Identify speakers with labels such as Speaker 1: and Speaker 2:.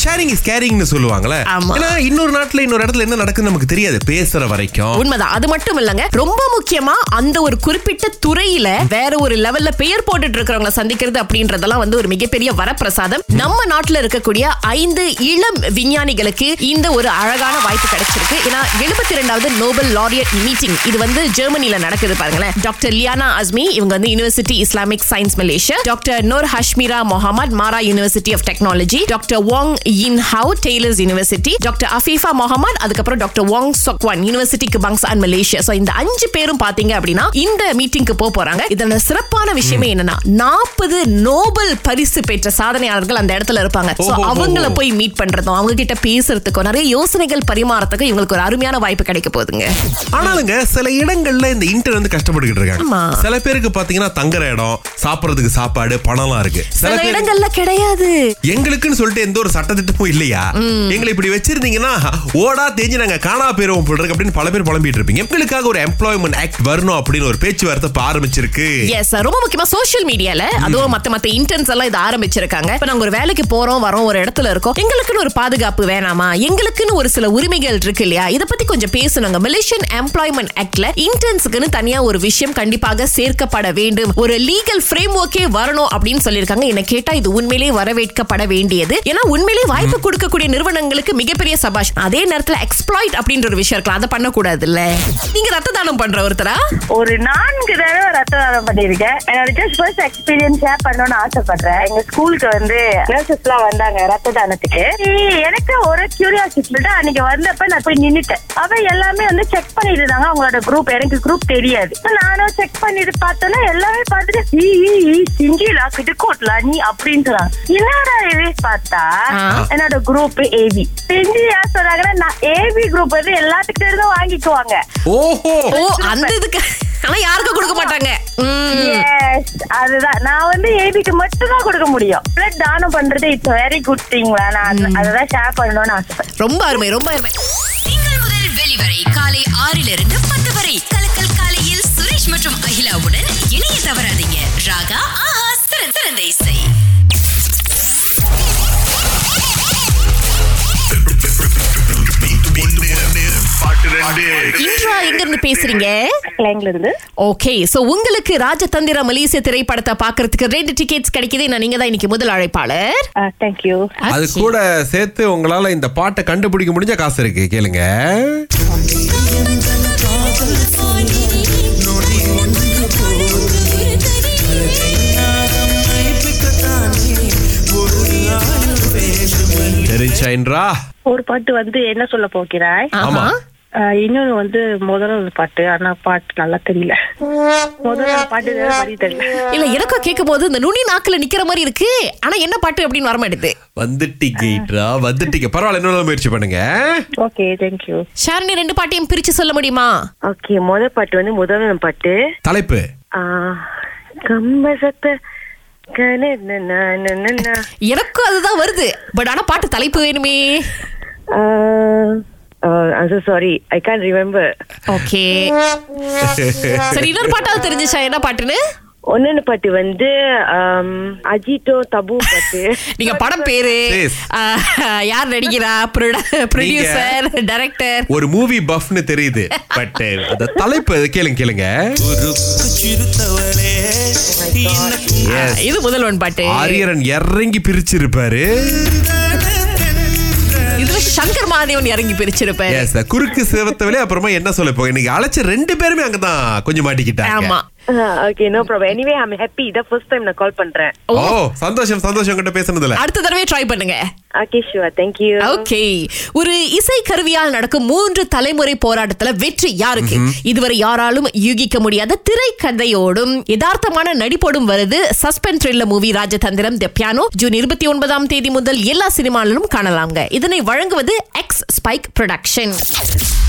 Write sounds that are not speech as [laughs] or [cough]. Speaker 1: Sharing is கேரிங்னு சொல்லுவாங்கல்ல
Speaker 2: ஆமா.
Speaker 1: ஏன்னா இன்னொரு நாட்டுல இன்னொரு இடத்துல என்ன நடக்குதுன்னு நமக்கு தெரியாது பேசுற வரைக்கும்
Speaker 2: உண்மைதான் அது மட்டும் இல்லங்க ரொம்ப முக்கியமா அந்த ஒரு குறிப்பிட்ட துறையில வேற ஒரு லெவல்ல பெயர் போட்டுட்டு இருக்கிறவங்களை சந்திக்கிறது அப்படின்றதெல்லாம் வந்து ஒரு மிகப்பெரிய வரப்பிரசாதம் நம்ம நாட்டுல இருக்கக்கூடிய ஐந்து இளம் விஞ்ஞானிகளுக்கு இந்த ஒரு அழகான வாய்ப்பு கிடைச்சிருக்கு ஏன்னா எழுபத்தி ரெண்டாவது நோபல் லாரியட் மீட்டிங் இது வந்து ஜெர்மனில நடக்குது பாருங்களேன் டாக்டர் லியானா அஸ்மி இவங்க வந்து university Islamic science Malaysia doctor Noor Hashmira Mohammed Mara university of technology doctor Wang In How Taylor's university doctor Afifa Mohammed அதுக்கப்புறம் டாக்டர் வாங் சொக்வான் யூனிவர்சிட்டி கிபாங்ஸ் அண்ட் மலேசியா ஸோ இந்த அஞ்சு பேரும் பாத்தீங்க அப்படின்னா இந்த மீட்டிங்க்கு போக போறாங்க இதோட சிறப்பான விஷயமே என்னன்னா நாற்பது நோபல் பரிசு பெற்ற சாதனையாளர்கள் அந்த இடத்துல இருப்பாங்க ஸோ
Speaker 1: ஓஹோ.
Speaker 2: அவங்கள போய் மீட் பண்றதும் அவங்க கிட்ட பேசுறதுக்கும் நிறைய யோசனைகள் பரிமாறத்துக்கும் இவங்களுக்கு ஒரு அருமையான வாய்ப்பு கிடைக்க போகுதுங்க
Speaker 1: ஆனாலுங்க சில இடங்கள்ல இந்த இன்டர் வந்து கஷ்டப்பட்டுக்கிட்டு
Speaker 2: ஆமா.
Speaker 1: இருக்காங்க சில பேருக்கு பாத்தீங்கன்னா தங்குற இடம் சாப்பிடுறதுக்கு சாப்பாடு பணம்லாம் இருக்கு சில
Speaker 2: சில
Speaker 1: பேர்
Speaker 2: இடங்கள்ல கிடையாது
Speaker 1: எங்களுக்குன்னு சொல்லிட்டு எந்த ஒரு சட்டத்திட்டமும் இல்லையா எங்களை இப்படி வச்சிருந்தீங்கன்னா ஓடா தேஞ்சு நாங்க காணா போயிருவோம் போல இருக்கு அப்படின்னு பல பேர் புலம்பிட்டு இருப்பீங்க எங்களுக்காக ஒரு எம்ப்ளாய்மெண்ட் ஆக்ட் வரணும் அப்படின்னு ஒரு பேச்சுவார்த்தை இப்ப ஆரம்பிச்சிருக்கு
Speaker 2: எஸ் ரொம்ப முக்கியமா சோஷியல் மீடியால அதுவும் மத்த மத்த இன்டர்ன்ஸ் எல்லாம் இது ஆரம்பிச்சிருக்காங்க இப்ப நாங்க ஒரு வேலைக்கு போறோம் வரோம் ஒரு இடத்துல இருக்கோம் எங்களுக்குன்னு ஒரு பாதுகாப்பு வேணாமா எங்களுக்குன்னு ஒரு சில உரிமைகள் இருக்கு இல்லையா இத பத்தி கொஞ்சம் பேசணுங்க மலேசியன் எம்ப்ளாய்மெண்ட் ஆக்ட்ல இன்டர்ன்ஸுக்குன்னு தனியா ஒரு விஷயம் கண்டிப்பாக சேர்க்கப்பட வேண்டும் ஒரு லீகல் ஃப்ரேம் ஒர்க்கே வரணும் அப்படின்னு சொல்லியிருக்காங்க என்ன கேட்டா இது உண்மையிலேயே வரவேற்கப்பட வேண்டியது ஏன்னா உண்மையிலேயே வாய்ப்பு கொடுக்கக்கூடிய நிறுவனங்களுக்கு மிகப்பெரிய சபாஷ் அதே நேரத்துல எக்ஸ்ப்ளாய்ட் அப்படின்ற ஒரு விஷயம் இருக்கலாம் அதை பண்ணக்கூடாது இல்ல நீங்க ரத்த தானம் பண்ற ஒருத்தரா
Speaker 3: ஒரு நான்கு தடவை ரத்த தானம் பண்ணியிருக்கேன் என்னோட ஜஸ்ட் ஃபர்ஸ்ட் எக்ஸ்பீரியன்ஸ் ஷேர் பண்ணணும்னு ஆசைப்படுறேன் எங்க ஸ்கூலுக்கு வந்து நர்சஸ் எல்லாம் வந்தாங்க ரத்த தானத்துக்கு இ- எனக்கு ஒரு கியூரியாசிட்டி தான் அன்னைக்கு வந்தப்ப நான் போய் நின்னுட்டேன் அவ எல்லாமே வந்து செக் பண்ணிட்டு இருந்தாங்க அவங்களோட குரூப் எனக்கு குரூப் தெரியாது So நானும் செக் பண்ணிட்டு பார்த்தோன்னா எல்லாமே பார்த்துட்டு "ஈ, ஈ, ஈ, சிங்கிலா கிடுக்கோட்லா நீ அப்படின்னு என்னடா இது பார்த்தா
Speaker 2: ஆ.
Speaker 3: என்னோட குரூப் ஏபி செஞ்சு யார் சொன்னாங்கன்னா நான் ஏபி குரூப் வந்து எல்லாத்துக்கிட்ட இருந்தும் வாங்கிக்குவாங்க
Speaker 1: ஓஹோ
Speaker 2: [laughs] ஓ அந்த இதுக்கு ஆனா யாருக்கும் கொடுக்க மாட்டாங்க ம்.
Speaker 3: Yes, அதுதான் நான் வந்து ஏபிக்கு மட்டும் தான் கொடுக்க முடியும் பிளட் தானம் பண்றது இட்ஸ் வெரி குட் திங்ல நான் அததான் ஷேர் பண்ணணும்னு ஆசைப்பட்டேன்
Speaker 2: ரொம்ப அருமை ரொம்ப அருமை
Speaker 4: திங்கள் முதல் வெளிவரை காலை ஆறிலிருந்து பத்து வரை கலக்கல் காலையில் சுரேஷ் மற்றும் அகிலாவுடன் இணைய தவறாதீங்க ராகா ஆஹா சிறந்த சிறந்த இசை
Speaker 2: இன்றா எங்க இருந்து பேசுறீங்க
Speaker 3: பிள்ளைங்கள இருந்து
Speaker 2: ஓகே சோ உங்களுக்கு ராஜதந்திர மலேசிய திரைப்படத்தை பாக்குறதுக்கு ரெண்டு டிக்கெட்ஸ் கிடைக்குது நான் நீங்க தான் இன்னைக்கு முதல் அழைப்பாளர்
Speaker 3: தேங்க்யூ
Speaker 1: அது கூட சேர்த்து உங்களால இந்த பாட்டை கண்டுபிடிக்க முடிஞ்ச காசு இருக்கு கேளுங்க தெரிஞ்சாயின்றா
Speaker 3: ஒரு பாட்டு வந்து என்ன சொல்ல போகிறாய்
Speaker 1: ஆமா
Speaker 2: ஆமா
Speaker 3: ஆஹ், இன்னொன்னு வந்து முதல் ஒரு பாட்டு ஆனா பாட்டு நல்லா தெரியல முதல் ஒரு பாட்டு வேற மாதிரி தெரியல
Speaker 2: இல்ல எனக்கும் கேட்கும் போது இந்த நுனி நாக்குல நிக்கிற மாதிரி இருக்கு ஆனா என்ன பாட்டு அப்படின்னு வர மாட்டேது
Speaker 1: வந்துட்டீங்கன்றா வந்துட்டீங்க பரவாயில்ல இன்னொரு முயற்சி பண்ணுங்க
Speaker 3: ஓகே தேங்க்யூ
Speaker 2: ஷாரணி ரெண்டு பாட்டையும் பிரிச்சு சொல்ல முடியுமா
Speaker 3: ஓகே முதல் பாட்டு வந்து முதல் பாட்டு
Speaker 1: தலைப்பு
Speaker 3: கம்பசத்த கன
Speaker 2: எனக்கும் அதுதான் வருது பட் ஆனா பாட்டு தலைப்பு வேணுமே
Speaker 3: Uh, uh, I'm so sorry. I can't remember.
Speaker 2: Okay சரி இன்னொரு பாட்டாவது தெரிஞ்சுச்சா என்ன பாட்டுன்னு
Speaker 3: ஒன்னு பாட்டு வந்து um, அஜித்தோ தபு பாட்டு
Speaker 2: [laughs]
Speaker 3: [laughs]
Speaker 2: நீங்க படம் பேரு
Speaker 1: Yes.
Speaker 2: ஆஹ், யார் நடிக்கிறா ப்ரொடியூசர் டைரக்டர்
Speaker 1: ஒரு மூவி பஃப்னு தெரியுது பட் அந்த தலைப்பு அது கேளுங்க கேளுங்க
Speaker 5: உருக்கு சிறுத்தவளே இன்னும்
Speaker 1: Yes.
Speaker 2: இது முதல் ஒன் பாட்டு
Speaker 1: ஆரியரன் இறங்கி பிரிச்சிருப்பாரு
Speaker 2: இதுல சங்கர் மாதேவன் இறங்கி பிரிச்சிருப்பாரு
Speaker 1: Yes, the குறுக்கு சிவத்தவளே அப்புறமா என்ன சொல்ல போங்க இன்னைக்கு அழைச்ச ரெண்டு பேருமே அங்கதான் கொஞ்சம் மாட்டிக்கிட்டாங்க
Speaker 2: ஆமா
Speaker 3: okay no problem anyway I'm happy இதான் ஃபர்ஸ்ட் டைம் நான் கால் பண்றேன்
Speaker 1: ஓ சந்தோஷம் சந்தோஷம் கிட்ட பேசுனதுல
Speaker 2: அடுத்த தடவை ட்ரை பண்ணுங்க
Speaker 3: ஓகே ஷுவர் தேங்க்யூ
Speaker 2: ஓகே ஒரு இசை கருவியால் நடக்கும் மூன்று தலைமுறை போராட்டத்துல வெற்றி யாருக்கு இதுவரை யாராலும் யூகிக்க முடியாத திரைக்கதையோடும் யதார்த்தமான நடிப்போடும் வருது suspense thriller movie Rajathandhiram the piano June இருபத்தி ஒன்பதாம் தேதி முதல் எல்லா சினிமாலிலும் காணலாங்க இதனை வழங்குவது எக்ஸ் ஸ்பைக் ப்ரொடக்ஷன்